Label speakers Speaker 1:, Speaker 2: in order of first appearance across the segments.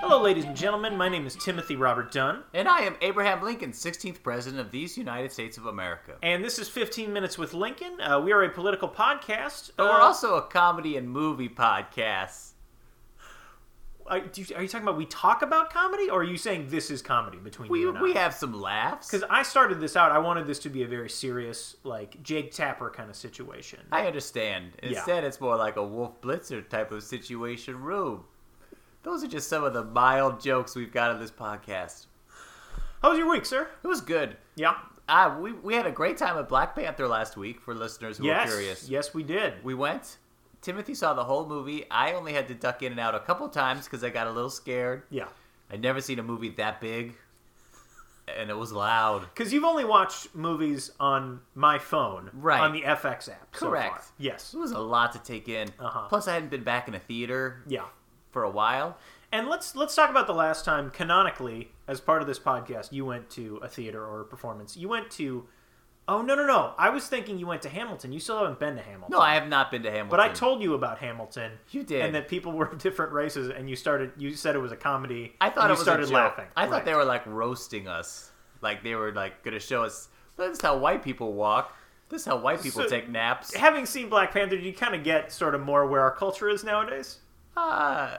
Speaker 1: Hello, ladies and gentlemen. My name is Timothy Robert Dunn,
Speaker 2: And I am Abraham Lincoln, 16th President of these United States of America.
Speaker 1: and this is 15 Minutes with Lincoln. Uh, we are a political podcast.
Speaker 2: But
Speaker 1: Uh,
Speaker 2: we're also a comedy and movie podcast.
Speaker 1: Are, do you, are you talking about we talk about comedy, or are you saying this is comedy between
Speaker 2: We,
Speaker 1: you and
Speaker 2: we
Speaker 1: I?
Speaker 2: have some laughs.
Speaker 1: Because I started this out, I wanted this to be a very serious, like Jake Tapper kind of situation.
Speaker 2: I understand. Instead, it's more like a Wolf Blitzer type of situation room. Those are just some of the mild jokes we've got on this podcast.
Speaker 1: How was your week, sir?
Speaker 2: It was good.
Speaker 1: Yeah.
Speaker 2: Ah, we, we had a great time at Black Panther last week for listeners who
Speaker 1: Yes.
Speaker 2: are curious.
Speaker 1: Yes, we did.
Speaker 2: We went. Timothy saw the whole movie. I only had to duck in and out a couple times because I got a little scared.
Speaker 1: Yeah.
Speaker 2: I'd never seen a movie that big, and it was loud.
Speaker 1: Because you've only watched movies on my phone,
Speaker 2: Right.
Speaker 1: On the FX app. so
Speaker 2: Correct.
Speaker 1: far. Yes.
Speaker 2: It was a lot to take in.
Speaker 1: Uh-huh.
Speaker 2: Plus, I hadn't been back in a theater
Speaker 1: Yeah.
Speaker 2: for a while.
Speaker 1: And let's let's talk about the last time canonically as part of this podcast you went to a theater or a performance. You went to Oh no no no. I was thinking you went to Hamilton. You still haven't been to Hamilton.
Speaker 2: No, I have not been to Hamilton.
Speaker 1: but I told you about Hamilton.
Speaker 2: You did.
Speaker 1: And that people were of different races and you started you said it was a comedy.
Speaker 2: I
Speaker 1: and
Speaker 2: thought it
Speaker 1: you
Speaker 2: was
Speaker 1: started
Speaker 2: a joke.
Speaker 1: laughing.
Speaker 2: I thought
Speaker 1: Right.
Speaker 2: they were like roasting us, like they were like going to show us. This is how white people walk. This is how white people
Speaker 1: So-
Speaker 2: take naps.
Speaker 1: Having seen Black Panther, do you kind of get sort of more where our culture is nowadays?
Speaker 2: Uh,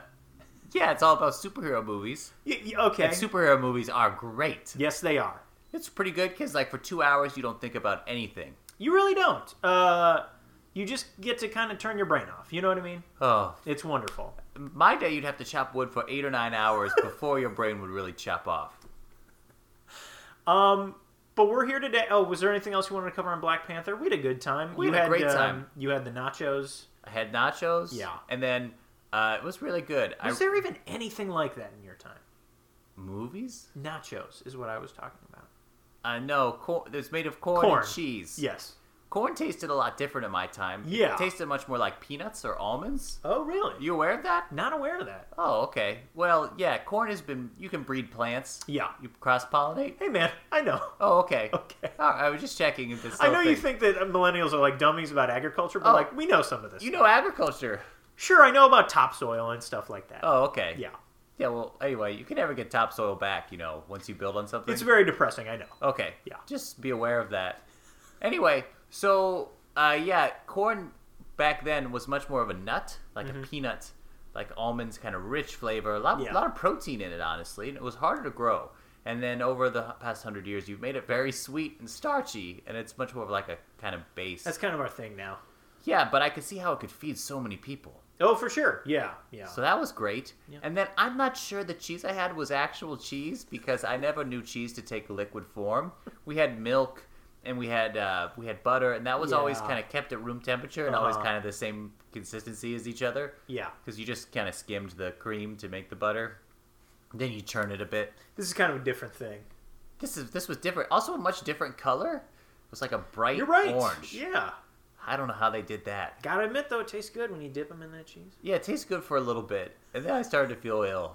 Speaker 2: yeah, it's all about superhero movies.
Speaker 1: Y- y- okay.
Speaker 2: And superhero movies are great.
Speaker 1: yes, they are.
Speaker 2: It's pretty good because, like, for two hours you don't think about anything.
Speaker 1: You really don't. Uh, you just get to kind of turn your brain off. You know what I mean?
Speaker 2: Oh,
Speaker 1: It's wonderful.
Speaker 2: my day you'd have to chop wood for eight or nine hours before your brain would really chop off.
Speaker 1: Um, but we're here today. Oh, was there anything else you wanted to cover on Black Panther? We had a good time.
Speaker 2: We
Speaker 1: you
Speaker 2: had a great time.
Speaker 1: You had the nachos.
Speaker 2: I had nachos.
Speaker 1: Yeah.
Speaker 2: And then uh, it was really good. I,
Speaker 1: Was there even anything like that in your time?
Speaker 2: movies?
Speaker 1: Nachos is what I was talking about.
Speaker 2: Uh, no, corn, it's made of corn,
Speaker 1: Corn.
Speaker 2: and cheese.
Speaker 1: Yes.
Speaker 2: Corn tasted a lot different in my time.
Speaker 1: Yeah.
Speaker 2: It tasted much more like peanuts or almonds.
Speaker 1: Oh, really?
Speaker 2: You aware of that?
Speaker 1: Not aware of that.
Speaker 2: Oh, okay. Well, yeah, corn has been, you can breed plants.
Speaker 1: Yeah.
Speaker 2: You cross pollinate.
Speaker 1: Hey, man. I know.
Speaker 2: Oh, okay.
Speaker 1: Okay.
Speaker 2: All right, I was just checking if this.
Speaker 1: I know
Speaker 2: whole
Speaker 1: you
Speaker 2: thing-
Speaker 1: think that millennials are like dummies about agriculture, but
Speaker 2: Oh.
Speaker 1: like we know some of this.
Speaker 2: You know agriculture.
Speaker 1: Sure, I know about topsoil and stuff like that.
Speaker 2: Oh, okay.
Speaker 1: Yeah.
Speaker 2: Yeah, well, anyway, you can never get topsoil back, you know, once you build on something.
Speaker 1: It's very depressing, I know.
Speaker 2: okay.
Speaker 1: Yeah.
Speaker 2: Just be aware of that. Anyway, so, uh, yeah, corn back then was much more of a nut, like a peanut, like almonds, kind of rich flavor, a lot,
Speaker 1: Mm-hmm. Yeah.
Speaker 2: lot of protein in it, honestly, and it was harder to grow. And then over the past hundred years, you've made it very sweet and starchy, and it's much more of like a kind of base.
Speaker 1: That's kind of our thing now.
Speaker 2: yeah, but I could see how it could feed so many people.
Speaker 1: Oh, for sure. Yeah, yeah.
Speaker 2: So that was great.
Speaker 1: Yeah.
Speaker 2: And then I'm not sure the cheese I had was actual cheese because I never knew cheese to take liquid form. We had milk and we had uh, we had butter, and that was always
Speaker 1: Yeah.
Speaker 2: kind of kept at room temperature and always
Speaker 1: Uh-huh.
Speaker 2: kind of the same consistency as each other
Speaker 1: yeah.
Speaker 2: because you just kind of skimmed the cream to make the butter. Then you churn it a bit.
Speaker 1: This is kind of a different thing.
Speaker 2: This is this was different. Also, a much different color. It was like a bright
Speaker 1: You're right.
Speaker 2: orange.
Speaker 1: Yeah.
Speaker 2: I don't know how they did that.
Speaker 1: Gotta admit though, it tastes good when you dip them in that cheese.
Speaker 2: Yeah, it tastes good for a little bit, and then I started to feel ill.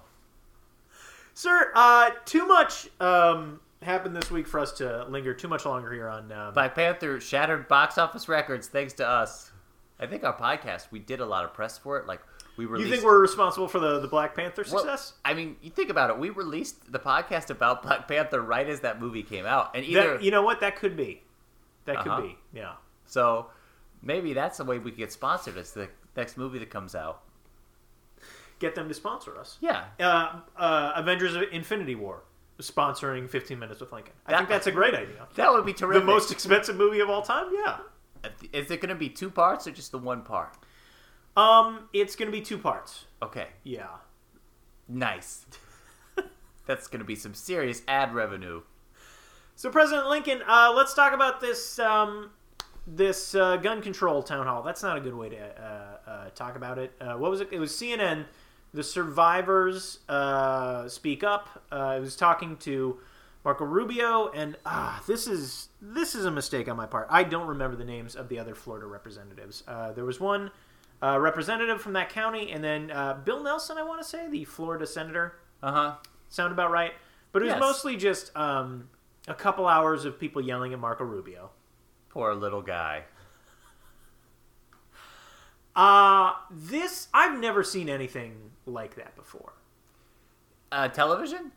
Speaker 1: Sir, uh, too much um, happened this week for us to linger too much longer here on. Um,
Speaker 2: Black Panther shattered box office records thanks to us. I think our podcast, we did a lot of press for it. Like we
Speaker 1: you
Speaker 2: released.
Speaker 1: think we're responsible for the, the Black Panther
Speaker 2: Well,
Speaker 1: success?
Speaker 2: I mean, you think about it. We released the podcast about Black Panther right as that movie came out, and either
Speaker 1: that, you know what? That could be. That could
Speaker 2: Uh-huh.
Speaker 1: be. Yeah.
Speaker 2: so maybe that's the way we could get sponsored. It's the next movie that comes out.
Speaker 1: Get them to sponsor us.
Speaker 2: Yeah,
Speaker 1: Uh, uh, Avengers of Infinity War sponsoring 15 Minutes with Lincoln. I
Speaker 2: That-
Speaker 1: think that's a great idea.
Speaker 2: that would be
Speaker 1: The
Speaker 2: terrific. Uh,
Speaker 1: most expensive movie of all time? Yeah.
Speaker 2: Is it going to be two parts or just the one part?
Speaker 1: Um, it's going to be two parts.
Speaker 2: Okay,
Speaker 1: Yeah.
Speaker 2: nice. that's going to be some serious ad revenue.
Speaker 1: So President Lincoln, uh, let's talk about this um, this uh, gun control town hall. That's not a good way to uh, uh, talk about it. Uh, what was it? It was CNN. The survivors uh, speak up. Uh, it was talking to Marco Rubio, and ah, this is this is a mistake on my part. I don't remember the names of the other Florida representatives. Uh, there was one uh, representative from that county, and then uh, Bill Nelson, I want to say, the Florida senator
Speaker 2: Uh huh.
Speaker 1: sound about right. But it was
Speaker 2: Yes.
Speaker 1: mostly just um, a couple hours of people yelling at Marco Rubio.
Speaker 2: Poor little guy.
Speaker 1: Uh, this I've never seen anything like that before.
Speaker 2: Uh, television?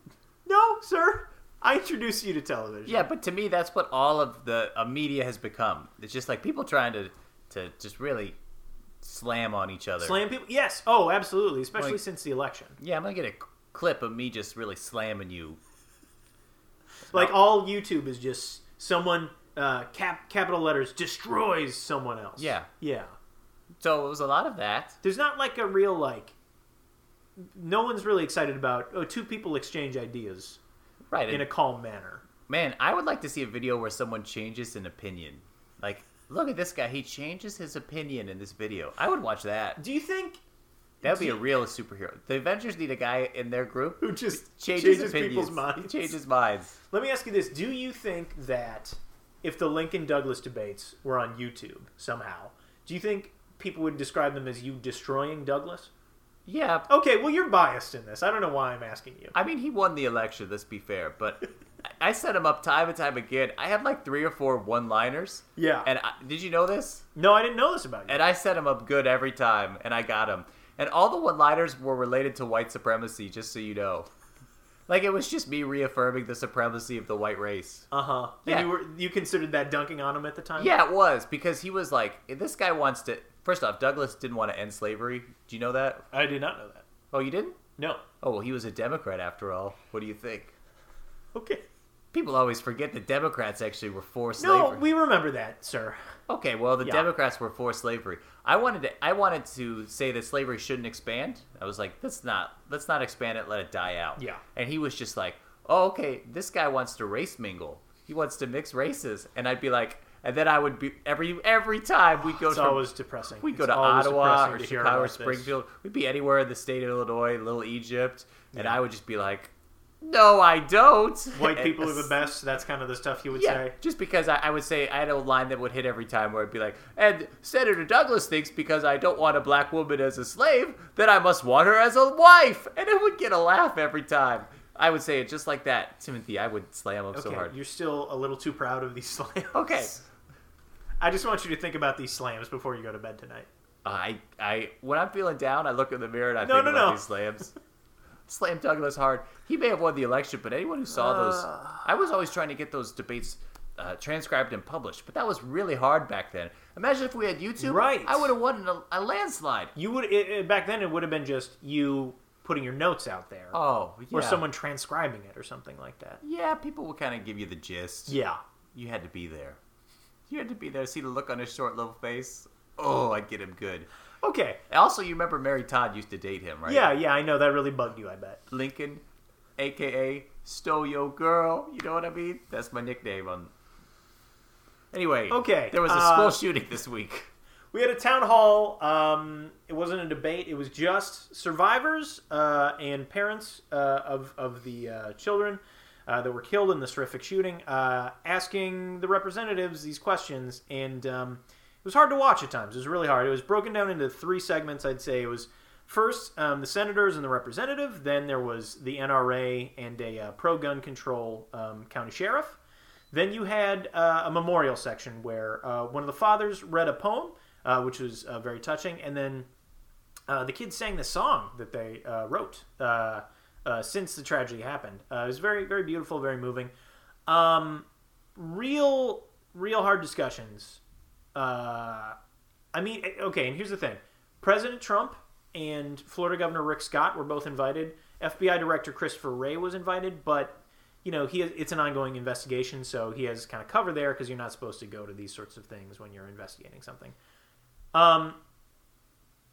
Speaker 1: No, sir. I introduce you to television.
Speaker 2: Yeah, but to me, that's what all of the uh, media has become. It's just like people trying to to just really slam on each other.
Speaker 1: Slam people? Yes. Oh, absolutely. Especially
Speaker 2: Like-
Speaker 1: since the election.
Speaker 2: Yeah, I'm gonna get a c- clip of me just really slamming you.
Speaker 1: Like all YouTube is just someone uh, cap capital letters destroys someone else.
Speaker 2: Yeah.
Speaker 1: Yeah.
Speaker 2: So it was a lot of that.
Speaker 1: There's not like a real like. No one's really excited about. Oh, two people exchange ideas
Speaker 2: Right.
Speaker 1: in
Speaker 2: and-
Speaker 1: a calm manner.
Speaker 2: man, I would like to see a video where someone changes an opinion. Like, look at this guy. He changes his opinion in this video. I would watch that.
Speaker 1: Do you think
Speaker 2: That would be a real superhero. The Avengers need a guy in their group
Speaker 1: who just
Speaker 2: changes,
Speaker 1: changes,
Speaker 2: opinions.
Speaker 1: people's minds?
Speaker 2: He changes minds.
Speaker 1: Let me ask you this: Do you think that if the Lincoln Douglas debates were on YouTube somehow, do you think people would describe them as you destroying Douglas?
Speaker 2: Yeah.
Speaker 1: Okay, well you're biased in this. I don't know why I'm asking you.
Speaker 2: I mean, he won the election. Let's be fair, but. I- I set him up time and time again. I have like three or four one-liners.
Speaker 1: Yeah.
Speaker 2: And I, did you know this?
Speaker 1: No, I didn't know this about you.
Speaker 2: and I set him up good every time, and I got him. And all the one-liners were related to white supremacy, just so you know. Like it was just me reaffirming the supremacy of the white race.
Speaker 1: Uh huh.
Speaker 2: uh-huh. Yeah.
Speaker 1: You were you considered that dunking on him at the time?
Speaker 2: Yeah, it was because he was like, this guy wants to. First off, Douglas didn't want to end slavery. Do you know that?
Speaker 1: I did not know that.
Speaker 2: Oh, you didn't?
Speaker 1: No.
Speaker 2: Oh, well, he was a Democrat after all. What do you think?
Speaker 1: Okay.
Speaker 2: People always forget that Democrats actually were for
Speaker 1: No,
Speaker 2: slavery.
Speaker 1: we remember that, sir.
Speaker 2: Okay, well, the
Speaker 1: Yeah.
Speaker 2: Democrats were for slavery. I wanted to, I wanted to say that slavery shouldn't expand. I was like, let's not let's not expand it. Let it die out.
Speaker 1: Yeah.
Speaker 2: And he was just like, oh, okay, this guy wants to race mingle. He wants to mix races, and I'd be like, and then I would be every every time we go
Speaker 1: It's
Speaker 2: to
Speaker 1: always depressing.
Speaker 2: we go
Speaker 1: It's
Speaker 2: to
Speaker 1: always
Speaker 2: Ottawa
Speaker 1: depressing
Speaker 2: or
Speaker 1: to hear
Speaker 2: Chicago or
Speaker 1: about this.
Speaker 2: Springfield. We'd be anywhere in the state of Illinois, Little Egypt, and I would just be like, no, I don't.
Speaker 1: White
Speaker 2: And
Speaker 1: people are
Speaker 2: as-
Speaker 1: the best. That's kind of the stuff you would
Speaker 2: yeah,
Speaker 1: say.
Speaker 2: just because I, I would say I had a line that would hit every time where it'd be like, and Senator Douglas thinks because I don't want a black woman as a slave, that I must want her as a wife. And it would get a laugh every time. I would say it just like that. Timothy, I would slam him so
Speaker 1: okay,
Speaker 2: hard.
Speaker 1: you're still a little too proud of these slams.
Speaker 2: Okay.
Speaker 1: I just want you to think about these slams before you go to bed tonight.
Speaker 2: I, I, when I'm feeling down, I look in the mirror and I
Speaker 1: No,
Speaker 2: think
Speaker 1: no,
Speaker 2: about
Speaker 1: no.
Speaker 2: these slams. Slam Douglas hard. He may have won the election, but anyone who saw those,
Speaker 1: Ah.
Speaker 2: I was always trying to get those debates uh, transcribed and published, but that was really hard back then. Imagine if we had YouTube.
Speaker 1: Right.
Speaker 2: I would have won in a, a landslide.
Speaker 1: You would it, it- back then. It would have been just you putting your notes out there,
Speaker 2: Oh, yeah.
Speaker 1: or someone transcribing it, or something like that.
Speaker 2: Yeah, people would kind of give you the gist.
Speaker 1: Yeah.
Speaker 2: You had to be there. You had to be there. See the look on his short little face. Oh, I'd get him good.
Speaker 1: Okay.
Speaker 2: Also, you remember Mary Todd used to date him, right?
Speaker 1: Yeah, yeah. I know that really bugged you. I bet.
Speaker 2: Lincoln, aka Stole Yo Girl. You know what I mean? That's my nickname on. Anyway,
Speaker 1: Okay,
Speaker 2: There was a
Speaker 1: uh,
Speaker 2: school shooting this week.
Speaker 1: We had a town hall. Um, it wasn't a debate. It was just survivors uh, and parents uh, of of the uh, children uh, that were killed in this horrific shooting, uh, asking the representatives these questions. And um, it was hard to watch at times. It was really hard. It was broken down into three segments. I'd say it was first um, the senators and the representative. Then there was the NRA and a uh, pro gun control um, county sheriff. Then you had uh, a memorial section where uh, one of the fathers read a poem, uh, which was uh, very touching, and then uh, the kids sang the song that they uh, wrote uh, uh, since the tragedy happened. Uh, it was very, very beautiful, very moving. Um, real, real hard discussions. Uh, I mean, eh, okay, and here's the thing President Trump and Florida Governor Rick Scott were both invited. FBI Director Christopher Wray was invited, but you know he it's an ongoing investigation, so he has kind of cover there because you're not supposed to go to these sorts of things when you're investigating something. Um,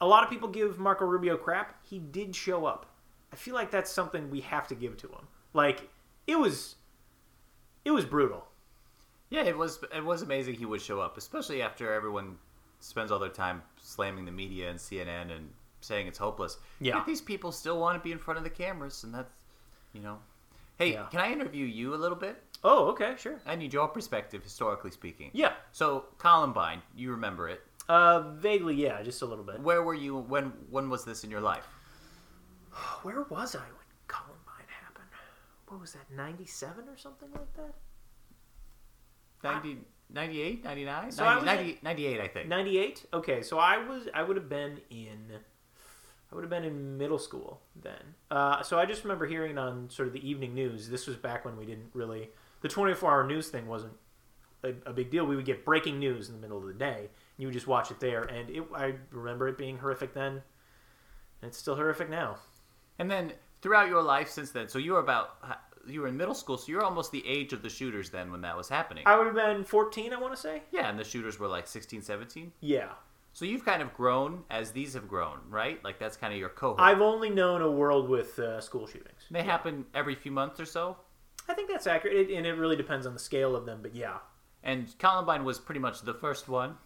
Speaker 1: a lot of people give Marco Rubio crap. He did show up. I feel like that's something we have to give to him. Like it was, it was brutal.
Speaker 2: Yeah, it was it was amazing he would show up, especially after everyone spends all their time slamming the media and CNN and saying it's hopeless.
Speaker 1: Yeah.
Speaker 2: Yet these people still want to be in front of the cameras, and that's you know. Hey,
Speaker 1: Yeah.
Speaker 2: can I interview you a little bit?
Speaker 1: Oh, okay, sure.
Speaker 2: I need your perspective, historically speaking.
Speaker 1: Yeah,
Speaker 2: So Columbine, you remember it?
Speaker 1: uh, vaguely, yeah, just a little bit.
Speaker 2: Where were you when? When was this in your life?
Speaker 1: Where was I when Columbine happened? What was that, 97 or something like that?
Speaker 2: 90, 98, 99?
Speaker 1: So I was
Speaker 2: 90 98, I think.
Speaker 1: 98? Okay, so I was I would have been in I would have been in middle school then. Uh, so I just remember hearing on sort of the evening news. This was back when we didn't really the 24 hour news thing wasn't a, a big deal. We would get breaking news in the middle of the day. And you would just watch it there, and it, I remember it being horrific then, and it's still horrific now.
Speaker 2: And then throughout your life since then, so you were about you were in middle school, so you're almost the age of the shooters then when that was happening.
Speaker 1: I would have been 14, I want to say.
Speaker 2: yeah, and the shooters were like 16, 17.
Speaker 1: Yeah,
Speaker 2: So you've kind of grown as these have grown, right? Like that's kind of your cohort.
Speaker 1: I've only known a world with uh, school shootings.
Speaker 2: they happen every few months or so.
Speaker 1: I think that's accurate, it, and it really depends on the scale of them. But yeah,
Speaker 2: And Columbine was pretty much the first one.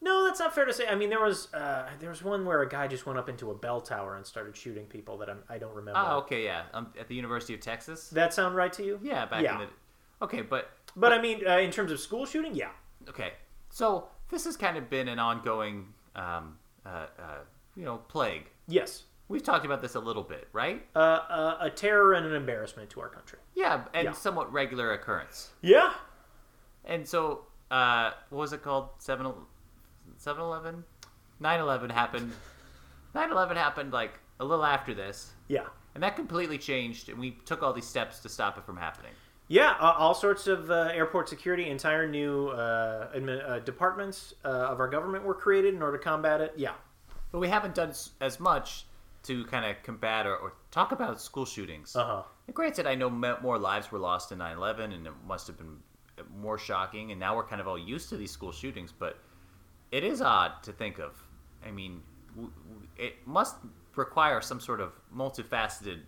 Speaker 1: no, that's not fair to say. I mean, there was uh, there was one where a guy just went up into a bell tower and started shooting people that I'm, I don't remember.
Speaker 2: Oh, okay, yeah. Um, at the University of Texas.
Speaker 1: Does that sound right to you?
Speaker 2: Yeah, back
Speaker 1: Yeah.
Speaker 2: in the. Okay, but
Speaker 1: But I mean, uh, in terms of school shooting, yeah.
Speaker 2: okay. So this has kind of been an ongoing, um, uh, uh, you know, plague.
Speaker 1: Yes.
Speaker 2: We've talked about this a little bit, right?
Speaker 1: Uh, uh, a terror and an embarrassment to our country.
Speaker 2: Yeah, and
Speaker 1: Yeah.
Speaker 2: somewhat regular occurrence.
Speaker 1: Yeah.
Speaker 2: And so, uh, what was it called? 7 7 11? 9 11 happened. 9 11 happened like a little after this.
Speaker 1: Yeah.
Speaker 2: And that completely changed, and we took all these steps to stop it from happening.
Speaker 1: Yeah. Uh, all sorts of uh, airport security, entire new uh, admin, uh, departments uh, of our government were created in order to combat it. Yeah.
Speaker 2: But we haven't done s- as much to kind of combat or, or talk about school shootings.
Speaker 1: Uh huh.
Speaker 2: And granted, I know me- more lives were lost in 9 11, and it must have been more shocking. And now we're kind of all used to these school shootings, but it is odd to think of. I mean, w- w- it must require some sort of multifaceted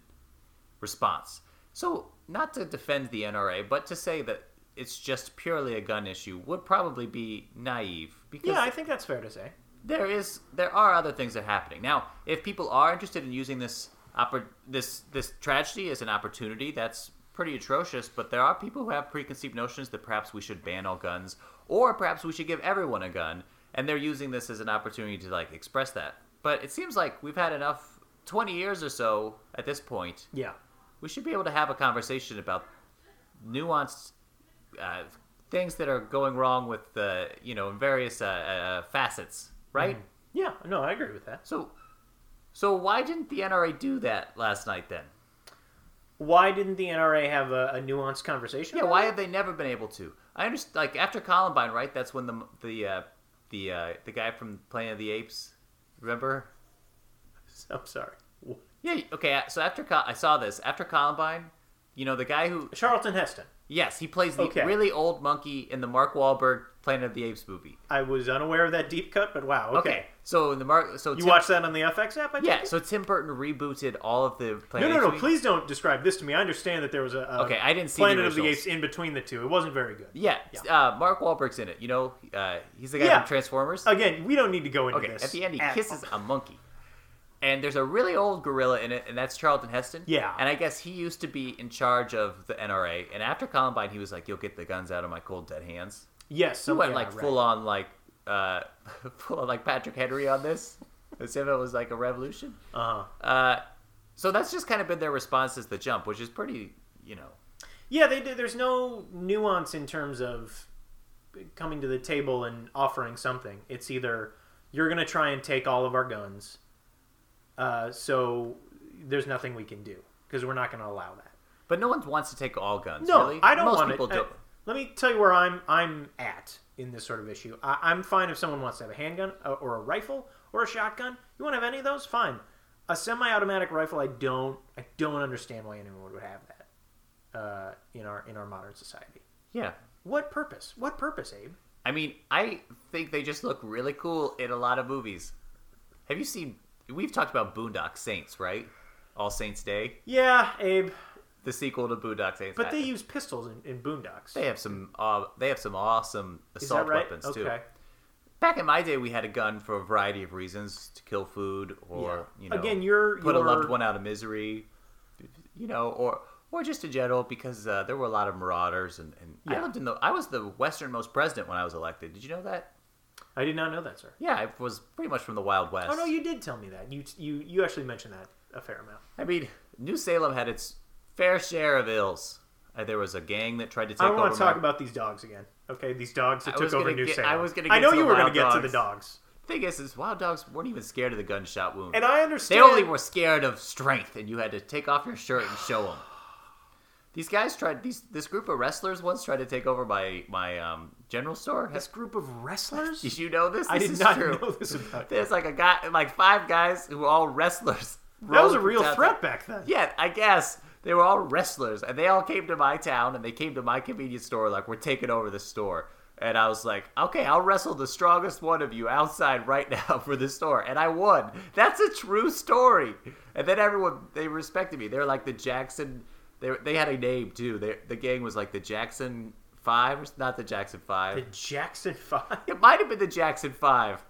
Speaker 2: response. So, not to defend the NRA, but to say that it's just purely a gun issue would probably be naive because
Speaker 1: Yeah, I think that's fair to say.
Speaker 2: there is there are other things that are happening now if people are interested in using this oppor- this this tragedy as an opportunity that's pretty atrocious but there are people who have preconceived notions that perhaps we should ban all guns or perhaps we should give everyone a gun and they're using this as an opportunity to like express that but it seems like we've had enough 20 years or so at this point
Speaker 1: Yeah.
Speaker 2: we should be able to have a conversation about nuanced uh, things that are going wrong with the you know in various uh, uh, facets right
Speaker 1: Yeah. No, I agree with that.
Speaker 2: so, so why didn't the NRA do that last night then?
Speaker 1: Why didn't the NRA have a, a nuanced conversation?
Speaker 2: Yeah,
Speaker 1: about
Speaker 2: why
Speaker 1: it?
Speaker 2: have they never been able to? I understand. Like after Columbine, right? That's when the the uh, the uh, the guy from Planet of the Apes, remember?
Speaker 1: I'm sorry.
Speaker 2: Yeah. Okay. uh, So after Col- I saw this after Columbine, you know the guy who
Speaker 1: Charlton Heston.
Speaker 2: yes he plays the
Speaker 1: Okay.
Speaker 2: really old monkey in the Mark Wahlberg Planet of the Apes movie.
Speaker 1: I was unaware of that deep cut, but wow. Okay.
Speaker 2: So in the Mark, so
Speaker 1: You watched that on the FX app? I take
Speaker 2: Yeah.
Speaker 1: it?
Speaker 2: So Tim Burton rebooted all of the
Speaker 1: No,
Speaker 2: Planet.
Speaker 1: no,
Speaker 2: of the
Speaker 1: no!
Speaker 2: Apes
Speaker 1: Please don't describe this to me. I understand that there was a, a
Speaker 2: Okay, I didn't see the
Speaker 1: Planet of the Apes
Speaker 2: originals.
Speaker 1: in between the two. It wasn't very good.
Speaker 2: Yeah. Uh, Mark Wahlberg's in it. You know, uh, he's the guy
Speaker 1: Yeah.
Speaker 2: from Transformers.
Speaker 1: Again, we don't need to go into
Speaker 2: Okay,
Speaker 1: this.
Speaker 2: at the end he
Speaker 1: at-
Speaker 2: kisses a monkey. And there's a really old gorilla in it, and that's Charlton Heston.
Speaker 1: Yeah.
Speaker 2: And I guess he used to be in charge of the NRA. And after Columbine, he was like, "You'll get the guns out of my cold dead hands."
Speaker 1: Yes,
Speaker 2: He
Speaker 1: so
Speaker 2: went like full on like uh, full on like Patrick Henry on this, as if it was like a revolution.
Speaker 1: Uh-huh.
Speaker 2: Uh, so that's just kind of been their response as the jump, which is pretty, you know,
Speaker 1: Yeah, they did. There's no nuance in terms of coming to the table and offering something. It's either you're going to try and take all of our guns, uh, so there's nothing we can do because we're not going to allow that.
Speaker 2: but no one wants to take all guns.
Speaker 1: No,
Speaker 2: really.
Speaker 1: I don't
Speaker 2: Most
Speaker 1: want
Speaker 2: people
Speaker 1: it. I-
Speaker 2: don't.
Speaker 1: let me tell you where I'm I'm at in this sort of issue. I, I'm fine if someone wants to have a handgun uh, or a rifle or a shotgun. You want to have any of those? Fine. A semi-automatic rifle, I don't I don't understand why anyone would have that uh, in our in our modern society.
Speaker 2: Yeah.
Speaker 1: What purpose? What purpose, Abe?
Speaker 2: I mean, I think they just look really cool in a lot of movies. Have you seen? We've talked about Boondock Saints, right? All Saints Day,
Speaker 1: Yeah, Abe.
Speaker 2: the sequel to Boondock Saints.
Speaker 1: But they
Speaker 2: I-
Speaker 1: use pistols in, in boondocks.
Speaker 2: Uh, they have some uh, they have some awesome
Speaker 1: Is
Speaker 2: assault
Speaker 1: that right?
Speaker 2: weapons
Speaker 1: okay.
Speaker 2: too. Back in my day, we had a gun for a variety of reasons to kill food or
Speaker 1: Yeah.
Speaker 2: you know
Speaker 1: Again, you're-
Speaker 2: put a loved
Speaker 1: you're-
Speaker 2: one out of misery, you know, or or just in general because uh, there were a lot of marauders and, and I
Speaker 1: Yeah.
Speaker 2: lived in the I was the westernmost president when I was elected. Did you know that?
Speaker 1: I did not know that, sir.
Speaker 2: Yeah, I was pretty much from the Wild West.
Speaker 1: Oh no, you did tell me that. You you you actually mentioned that a fair amount.
Speaker 2: I mean, New Salem had its fair share of ills. Uh, there was a gang that tried to take
Speaker 1: I want
Speaker 2: over
Speaker 1: to talk
Speaker 2: my-
Speaker 1: about these dogs again. Okay, these dogs that
Speaker 2: I
Speaker 1: took
Speaker 2: was
Speaker 1: over
Speaker 2: gonna
Speaker 1: New
Speaker 2: get-
Speaker 1: Salem.
Speaker 2: I was gonna
Speaker 1: I
Speaker 2: get
Speaker 1: know
Speaker 2: to
Speaker 1: you
Speaker 2: the
Speaker 1: were
Speaker 2: wild
Speaker 1: gonna get to the dogs.
Speaker 2: Thing is, is wild dogs weren't even scared of the gunshot wound.
Speaker 1: And I
Speaker 2: they
Speaker 1: understand.
Speaker 2: only were scared of strength, and you had to take off your shirt and show them. These guys tried. These this group of wrestlers once tried to take over my my um, general store.
Speaker 1: this group of wrestlers.
Speaker 2: Did you know this?
Speaker 1: I
Speaker 2: This
Speaker 1: did
Speaker 2: is
Speaker 1: not
Speaker 2: true.
Speaker 1: know this about you.
Speaker 2: There's like a guy, like five guys who were all wrestlers.
Speaker 1: That was
Speaker 2: Rolled
Speaker 1: a real
Speaker 2: down-
Speaker 1: threat back then.
Speaker 2: Yeah, I guess they were all wrestlers, and they all came to my town, and they came to my convenience store. Like we're taking over the store, and I was like, okay, I'll wrestle the strongest one of you outside right now for the store, and I won. That's a true story. And then everyone they respected me. They're like the Jackson. They they had a name too. They, the gang was like the Jackson Five, or s- not the Jackson Five.
Speaker 1: The Jackson Five.
Speaker 2: It might have been the Jackson Five.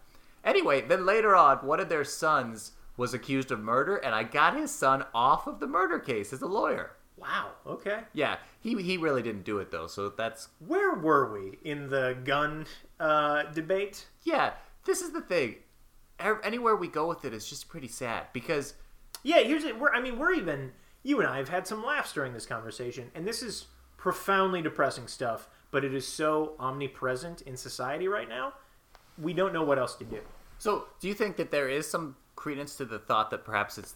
Speaker 2: Anyway, then later on, one of their sons was accused of murder, and I got his son off of the murder case as a lawyer.
Speaker 1: Wow. Okay.
Speaker 2: Yeah, he he really didn't do it though, so that's
Speaker 1: Where were we in the gun uh, debate?
Speaker 2: yeah. This is the thing. Ev- Anywhere we go with it is just pretty sad because
Speaker 1: Yeah, here's it. We're, I mean, we're even you and I have had some laughs during this conversation, and this is profoundly depressing stuff. But it is so omnipresent in society right now. We don't know what else to do.
Speaker 2: So, do you think that there is some credence to the thought that perhaps it's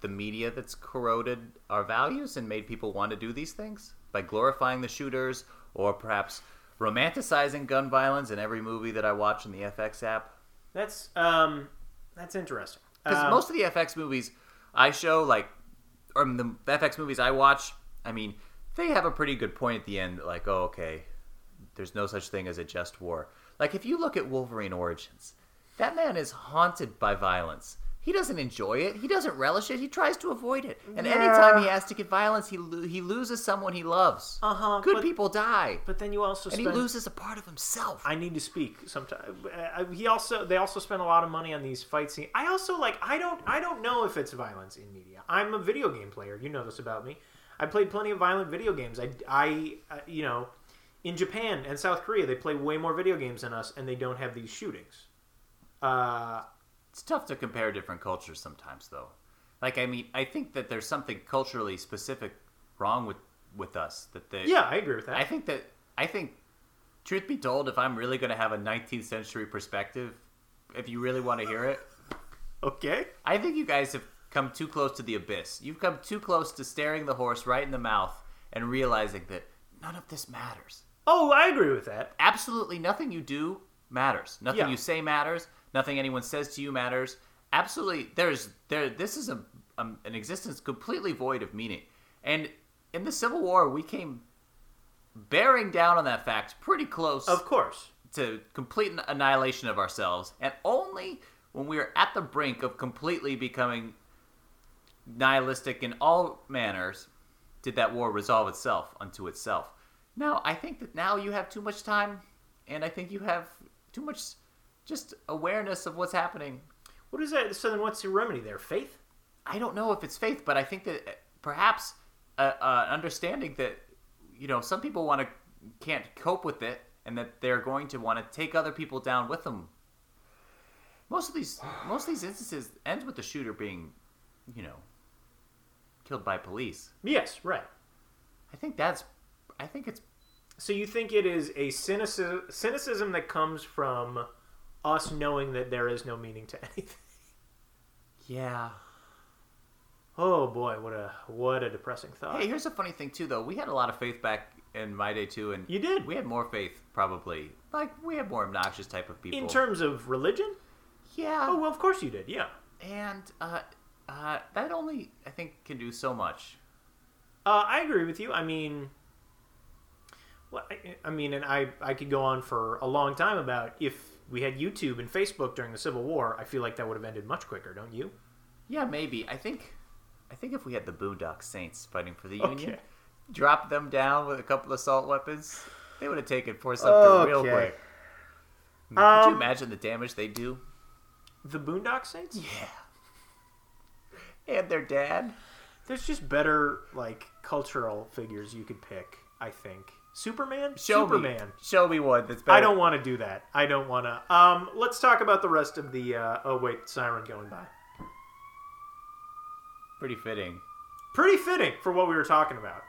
Speaker 2: the media that's corroded our values and made people want to do these things by glorifying the shooters or perhaps romanticizing gun violence in every movie that I watch in the FX app?
Speaker 1: That's um, that's interesting.
Speaker 2: Because
Speaker 1: Um,
Speaker 2: most of the FX movies I show, like, or the FX movies I watch, I mean, they have a pretty good point at the end, like, oh, okay, there's no such thing as a just war. Like, if you look at Wolverine Origins, that man is haunted by violence. He doesn't enjoy it. He doesn't relish it. He tries to avoid it. And anytime he has to get violence, he lo- he loses someone he loves.
Speaker 1: Uh-huh,
Speaker 2: Good
Speaker 1: but-
Speaker 2: people die,
Speaker 1: but then you also
Speaker 2: and he
Speaker 1: spend-
Speaker 2: loses a part of himself.
Speaker 1: I need to speak sometime. Uh, he also they also spend a lot of money on these fight scenes. I also like I don't I don't know if it's violence in media. I'm a video game player. You know this about me. I played plenty of violent video games. I I uh, you know, in Japan and South Korea they play way more video games than us, and they don't have these shootings. Uh,
Speaker 2: It's tough to compare different cultures sometimes, though. Like, I mean, I think that there's something culturally specific wrong with with us. That the
Speaker 1: yeah, I agree with that.
Speaker 2: I think that I think, truth be told, if I'm really going to have a 19th century perspective, if you really want to hear it,
Speaker 1: okay.
Speaker 2: I think you guys have come too close to the abyss. You've come too close to staring the horse right in the mouth and realizing that none of this matters.
Speaker 1: Oh, I agree with that.
Speaker 2: Absolutely nothing you do matters. Nothing
Speaker 1: Yeah.
Speaker 2: you say matters. Nothing anyone says to you matters. Absolutely, there's there. This is a, um an existence completely void of meaning. And in the Civil War, we came bearing down on that fact pretty close
Speaker 1: Of course.
Speaker 2: to complete an annihilation of ourselves, and only when we are at the brink of completely becoming nihilistic in all manners did that war resolve itself unto itself. Now, I think that now you have too much time, and I think you have too much just awareness of what's happening.
Speaker 1: What is that? So then, what's the remedy there? Faith.
Speaker 2: I don't know if it's faith, but I think that perhaps uh, uh, understanding that you know some people want to can't cope with it, and that they're going to want to take other people down with them. Most of these most of these instances ends with the shooter being, you know, killed by police.
Speaker 1: Yes. Right.
Speaker 2: I think that's I think it's
Speaker 1: So you think it is a cynicism, cynicism that comes from us knowing that there is no meaning to anything.
Speaker 2: yeah.
Speaker 1: Oh boy, what a what a depressing thought.
Speaker 2: Hey, here's a funny thing too, though. We had a lot of faith back in my day too, and
Speaker 1: You did.
Speaker 2: We had more faith probably. Like we had more obnoxious type of people.
Speaker 1: In terms of religion?
Speaker 2: yeah.
Speaker 1: Oh well, of course you did. Yeah.
Speaker 2: and uh, uh, that only I think can do so much.
Speaker 1: Uh, I agree with you. I mean, well, I, I mean, and I I could go on for a long time about if we had YouTube and Facebook during the Civil War. I feel like that would have ended much quicker, don't you?
Speaker 2: Yeah, maybe. I think, I think if we had the Boondock Saints fighting for the Union,
Speaker 1: Okay.
Speaker 2: drop them down with a couple of assault weapons, they would have taken Fort Sumter real
Speaker 1: Okay.
Speaker 2: quick. Could you
Speaker 1: Um,
Speaker 2: imagine the damage they do?
Speaker 1: the Boondock Saints.
Speaker 2: Yeah. And their dad.
Speaker 1: There's just better like cultural figures you could pick. I think Superman.
Speaker 2: Show
Speaker 1: Superman.
Speaker 2: me. Show me one that's better.
Speaker 1: I don't want to do that. I don't want to. Um, let's talk about the rest of the. Uh, oh wait, siren going by.
Speaker 2: Pretty fitting.
Speaker 1: Pretty fitting for what we were talking about.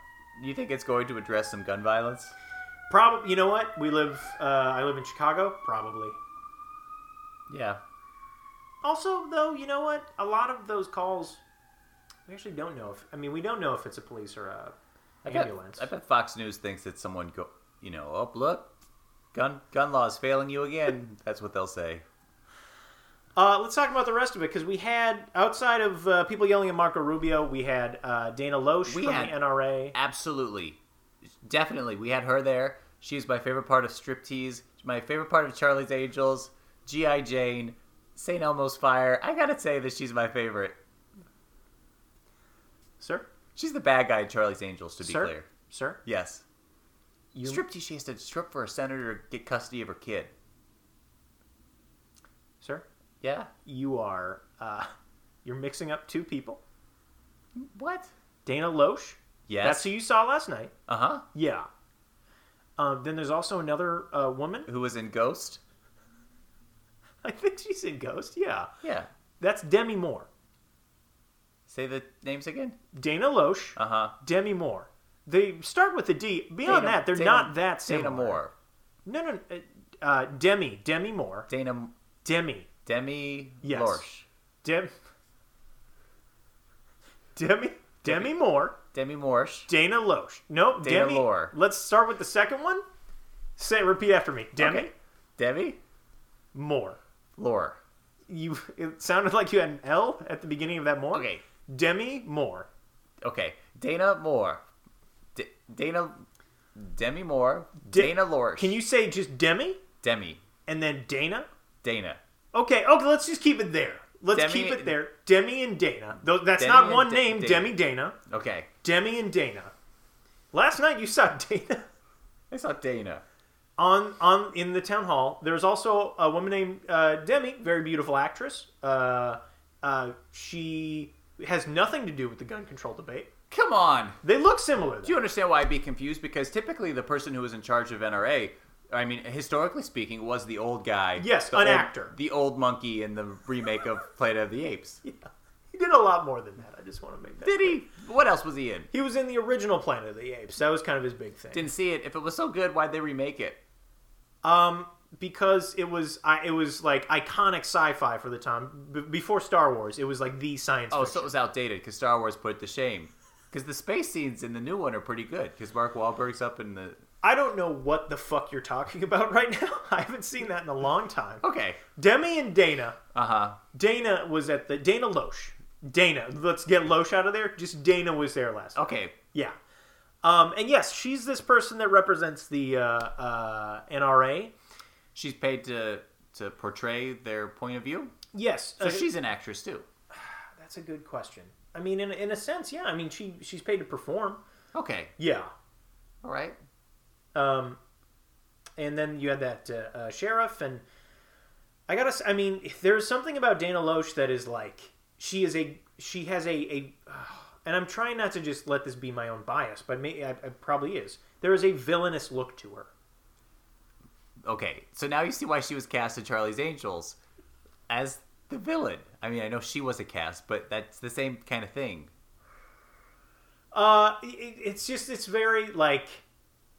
Speaker 2: You think it's going to address some gun violence?
Speaker 1: Probably. You know what? We live. Uh, I live in Chicago. Probably.
Speaker 2: Yeah.
Speaker 1: Also, though, you know what? A lot of those calls, we actually don't know if. I mean, we don't know if it's a police or a
Speaker 2: I bet,
Speaker 1: ambulance.
Speaker 2: I bet Fox News thinks that someone go, you know, oh look, gun gun law is failing you again. That's what they'll say.
Speaker 1: Uh, let's talk about the rest of it because we had outside of uh, people yelling at Marco Rubio, we had uh, Dana Loesch
Speaker 2: We
Speaker 1: from
Speaker 2: had-
Speaker 1: the NRA.
Speaker 2: Absolutely, definitely, we had her there. She's my favorite part of striptease. My favorite part of Charlie's Angels, GI Jane, St. Elmo's Fire. I gotta say that she's my favorite.
Speaker 1: Sir,
Speaker 2: She's the bad guy in Charlie's Angels, to be
Speaker 1: sir,
Speaker 2: clear.
Speaker 1: sir,
Speaker 2: Yes.
Speaker 1: you
Speaker 2: Striptease, she has to strip for a senator to get custody of her kid.
Speaker 1: sir,
Speaker 2: Yeah.
Speaker 1: you are uh, you're mixing up two people.
Speaker 2: What?
Speaker 1: Dana Loesch,
Speaker 2: Yes.
Speaker 1: that's who you saw last night.
Speaker 2: Uh huh.
Speaker 1: Yeah. Um, then there's also another uh, woman.
Speaker 2: Who was in Ghost?
Speaker 1: I think she's in Ghost. Yeah,
Speaker 2: Yeah.
Speaker 1: that's Demi Moore.
Speaker 2: Say the names again.
Speaker 1: Dana Loesch,
Speaker 2: Uh huh.
Speaker 1: Demi Moore. They start with the D. Beyond that, they're not that similar.
Speaker 2: Dana Moore.
Speaker 1: No, no, no, uh, Demi, Demi Moore,
Speaker 2: Dana
Speaker 1: Demi,
Speaker 2: Demi
Speaker 1: Yes.
Speaker 2: Lorsch.
Speaker 1: Dem, Demi, Demi Moore,
Speaker 2: Demi Morsh.
Speaker 1: Dana Loesch. Nope,
Speaker 2: Dana
Speaker 1: Demi.
Speaker 2: Lore.
Speaker 1: Let's start with the second one. Say, repeat after me. Demi
Speaker 2: Okay. Demi
Speaker 1: Moore.
Speaker 2: Lore.
Speaker 1: You. It sounded like you had an L at the beginning of that Moore.
Speaker 2: Okay.
Speaker 1: Demi Moore.
Speaker 2: Okay. Dana Moore. D- Dana Demi Moore.
Speaker 1: Da-
Speaker 2: Dana Lorsch.
Speaker 1: Can you say just Demi
Speaker 2: Demi
Speaker 1: and then Dana?
Speaker 2: Dana
Speaker 1: Okay, okay, let's just keep it there. Let's
Speaker 2: Demi-
Speaker 1: keep it there. Demi and Dana. Though that's
Speaker 2: Demi
Speaker 1: not
Speaker 2: and
Speaker 1: one
Speaker 2: Da-
Speaker 1: name,
Speaker 2: Dana.
Speaker 1: Demi Dana.
Speaker 2: Okay.
Speaker 1: Demi and Dana. Last night you saw Dana
Speaker 2: I saw Dana.
Speaker 1: on on in the town hall. There's also a woman named uh, Demi, very beautiful actress. Uh, uh, she has nothing to do with the gun control debate.
Speaker 2: Come on.
Speaker 1: They look similar.
Speaker 2: Do
Speaker 1: Though.
Speaker 2: you understand why I'd be confused? Because typically the person who was in charge of NRA, I mean, historically speaking, was the old guy.
Speaker 1: Yes,
Speaker 2: the
Speaker 1: an
Speaker 2: old-
Speaker 1: actor.
Speaker 2: The old monkey in the remake of Planet of the Apes.
Speaker 1: He did a lot more than that. I just want to make that.
Speaker 2: Did
Speaker 1: clear.
Speaker 2: he? What else was he in?
Speaker 1: He was in the original Planet of the Apes. That was kind of his big thing.
Speaker 2: Didn't see it. If it was so good, why'd they remake it?
Speaker 1: Um, because it was I, it was like iconic sci-fi for the time b- before Star Wars. It was like the science.
Speaker 2: Oh,
Speaker 1: fiction.
Speaker 2: so it was outdated because Star Wars put it to shame. Because the space scenes in the new one are pretty good. Because Mark Wahlberg's up in the.
Speaker 1: I don't know what the fuck you're talking about right now. I haven't seen that in a long time.
Speaker 2: Okay.
Speaker 1: Demi and Dana.
Speaker 2: Uh huh.
Speaker 1: Dana was at the Dana Loesch. Dana, let's get Loesch out of there. Just Dana was there last. night.
Speaker 2: Okay.
Speaker 1: Yeah. Um, and yes, she's this person that represents the uh, uh, NRA.
Speaker 2: She's paid to to portray their point of view.
Speaker 1: Yes,
Speaker 2: So
Speaker 1: uh,
Speaker 2: she's an actress too.
Speaker 1: that's a good question. I mean, in, in a sense, yeah. I mean, she she's paid to perform.
Speaker 2: Okay.
Speaker 1: Yeah.
Speaker 2: All right.
Speaker 1: Um, and then you had that uh, uh, sheriff, and I gotta. s- I mean, there's something about Dana Loesch that is like she is a she has a a, and I'm trying not to just let this be my own bias, but may, I, it probably is. There is a villainous look to her.
Speaker 2: Okay. So now you see why she was cast in Charlie's Angels as the villain. I mean, I know she was a cast, but that's the same kind of thing.
Speaker 1: Uh, it, it's just it's very like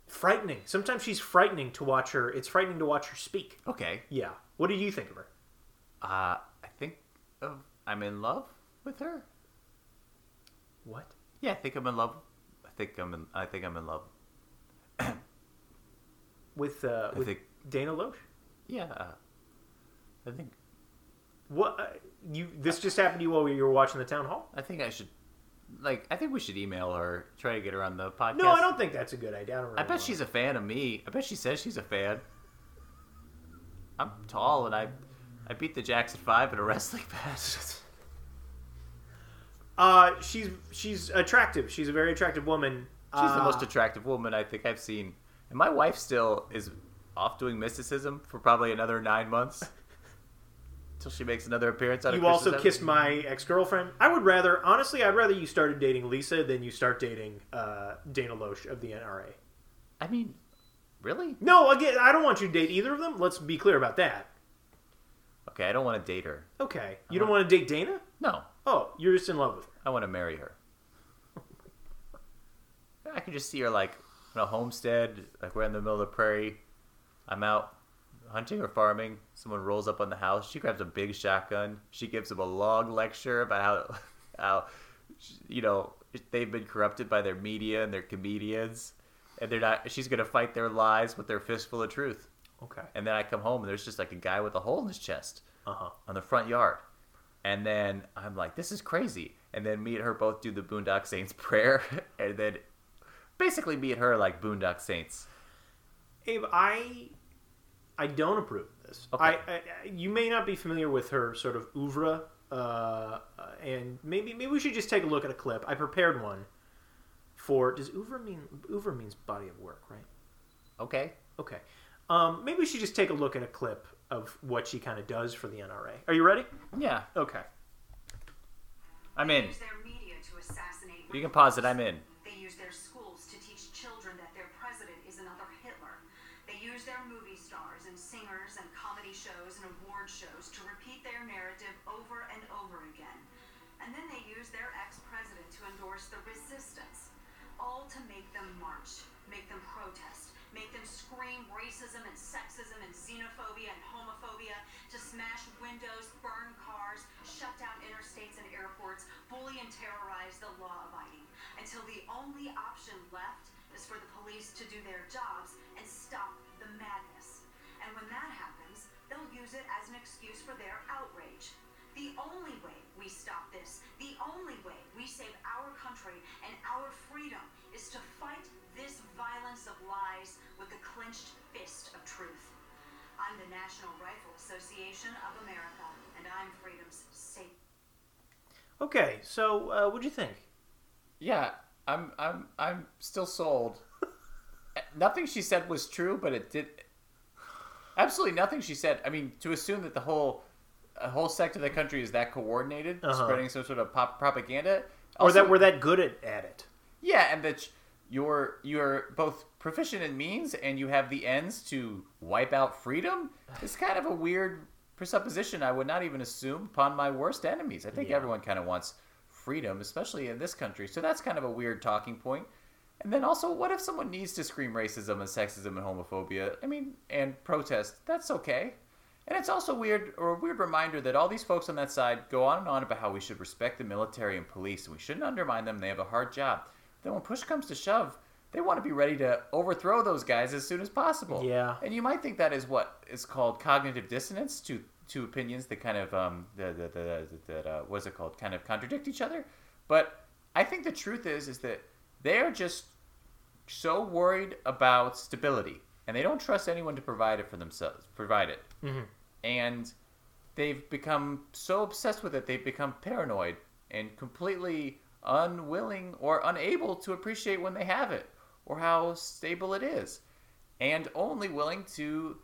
Speaker 1: frightening. Sometimes she's frightening to watch her. It's frightening to watch her speak.
Speaker 2: Okay.
Speaker 1: Yeah. What do you think of her?
Speaker 2: Uh, I think of I'm in love with her.
Speaker 1: What?
Speaker 2: Yeah, I think I'm in love. I think I'm in. I think I'm in love.
Speaker 1: With uh,
Speaker 2: I
Speaker 1: with
Speaker 2: think-
Speaker 1: Dana Loesch?
Speaker 2: Yeah, uh, I think.
Speaker 1: What uh, you? This just happened to you while you were watching the town hall.
Speaker 2: I think I should. Like, I think we should email her. Try to get her on the podcast.
Speaker 1: No, I don't think that's a good idea. I, don't really
Speaker 2: I bet
Speaker 1: want-
Speaker 2: she's a fan of me. I bet she says she's a fan. I'm tall and I, I beat the Jacks at five in a wrestling match.
Speaker 1: Uh, she's she's attractive. She's a very attractive woman. Uh,
Speaker 2: She's
Speaker 1: Ah.
Speaker 2: the most attractive woman I think I've seen. And my wife still is off doing mysticism for probably another nine months. Till she makes another appearance on a
Speaker 1: You
Speaker 2: Christmas
Speaker 1: also
Speaker 2: episode.
Speaker 1: kissed my ex girlfriend. I would rather, honestly, I'd rather you started dating Lisa than you start dating uh, Dana Loesch of the NRA.
Speaker 2: I mean, really?
Speaker 1: No, again, I don't want you to date either of them. Let's be clear about that.
Speaker 2: Okay, I don't want to date her.
Speaker 1: Okay, you
Speaker 2: Uh-huh.
Speaker 1: don't want to date Dana?
Speaker 2: No,
Speaker 1: Oh, you're just in love with her.
Speaker 2: I want to marry her. I can just see her like on a homestead, like we're in the middle of the prairie. I'm out hunting or farming. Someone rolls up on the house. She grabs a big shotgun. She gives him a long lecture about how, how you know, they've been corrupted by their media and their comedians, and they're not. She's gonna fight their lies with their fistful of truth.
Speaker 1: Okay.
Speaker 2: And then I come home and there's just like a guy with a hole in his chest
Speaker 1: Uh huh.
Speaker 2: on the front yard. And then I'm like, this is crazy. And then me and her both do the Boondock Saints prayer. And then basically me and her are like Boondock Saints.
Speaker 1: Abe, I I don't approve of this.
Speaker 2: Okay.
Speaker 1: I, I you may not be familiar with her sort of oeuvre, uh, and maybe maybe we should just take a look at a clip. I prepared one for. Does oeuvre mean oeuvre means body of work, right?
Speaker 2: Okay.
Speaker 1: Okay. Um, maybe we should just take a look at a clip of what she kind of does for the NRA. Are you ready?
Speaker 2: Yeah.
Speaker 1: Okay.
Speaker 2: I'm in.
Speaker 3: Use their media to assassinate
Speaker 2: You can pause it. I'm
Speaker 3: leaders.
Speaker 2: in.
Speaker 3: They use their schools to teach children that their president is another Hitler. They use their movie stars and singers and comedy shows and award shows to repeat their narrative over and over again. And then they use their ex-president to endorse the resistance, all to make them march, make them protest, make them scream racism and sexism and xenophobia and homophobia, to smash windows, burn cars, shut down interstates and airports, bully and terrorize the law-abiding, until the only option left is for the police to do their jobs and stop the madness. And when that happens, they'll use it as an excuse for their outrage. The only way we stop this, the only way we save our country and our freedom is to fight this violence of lies with the clenched fist of truth. I'm the National Rifle Association of America, and I'm freedom's safe.
Speaker 1: Okay. So, uh, what'd you think?
Speaker 2: Yeah. I'm I'm I'm still sold. nothing she said was true, but it did absolutely nothing she said. I mean, to assume that the whole a whole sector of the country is that coordinated,
Speaker 1: Uh-huh.
Speaker 2: spreading some sort of pop propaganda.
Speaker 1: Or that
Speaker 2: also-
Speaker 1: we're that good at, at it?
Speaker 2: Yeah, and that you're you're both proficient in means and you have the ends to wipe out freedom. It's kind of a weird presupposition I would not even assume upon my worst enemies. I think
Speaker 1: Yeah.
Speaker 2: everyone kind of wants freedom, especially in this country. So that's kind of a weird talking point. And then also, what if someone needs to scream racism and sexism and homophobia? I mean, and protest. That's okay. And it's also weird, or a weird reminder that all these folks on that side go on and on about how we should respect the military and police, and we shouldn't undermine them. They have a hard job. Then when push comes to shove, they want to be ready to overthrow those guys as soon as possible.
Speaker 1: Yeah.
Speaker 2: And you might think that is what is called cognitive dissonance to two opinions that kind of um that that that, that uh, what's it called kind of contradict each other. But I think the truth is is that they are just so worried about stability and they don't trust anyone to provide it for themselves provide it mm-hmm. and they've become so obsessed with it they've become paranoid and completely unwilling or unable to appreciate when they have it or how stable it is and only willing to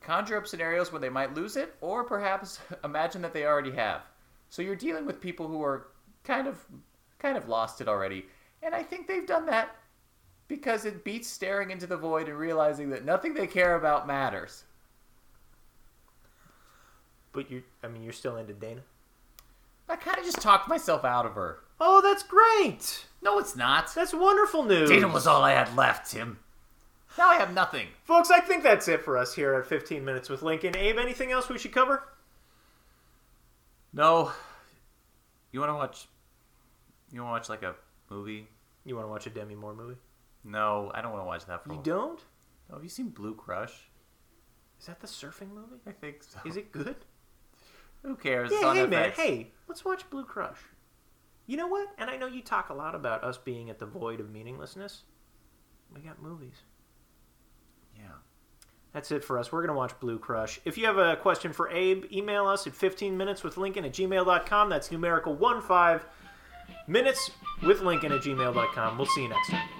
Speaker 2: conjure up scenarios where they might lose it or perhaps imagine that they already have so you're dealing with people who are kind of kind of lost it already and i think they've done that because it beats staring into the void and realizing that nothing they care about matters.
Speaker 1: But you, I mean, you're still into Dana.
Speaker 2: I kind of just talked myself out of her.
Speaker 1: Oh, that's great.
Speaker 2: No, it's not.
Speaker 1: That's wonderful news.
Speaker 2: Data was all I had left, Tim. Now I have nothing.
Speaker 1: Folks, I think that's it for us here at 15 Minutes with Lincoln. Abe, anything else we should cover?
Speaker 2: No. You want to watch? You want to watch like a movie?
Speaker 1: You want to watch a Demi Moore movie?
Speaker 2: No, I don't want to watch that for. a
Speaker 1: You
Speaker 2: while.
Speaker 1: don't?
Speaker 2: Oh, have you seen Blue Crush?
Speaker 1: Is that the surfing movie?
Speaker 2: I think so.
Speaker 1: Is it good?
Speaker 2: Who cares? It's
Speaker 1: Yeah,
Speaker 2: on
Speaker 1: hey,
Speaker 2: FX.
Speaker 1: man. Hey, let's watch Blue Crush. You know what? And I know you talk a lot about us being at the void of meaninglessness. We got movies.
Speaker 2: Yeah.
Speaker 1: That's it for us. We're going to watch Blue Crush. If you have a question for Abe, email us at 15minuteswithlincoln at gmail.com. That's numerical 15 minutes with Lincoln at gmail.com. We'll see you next time.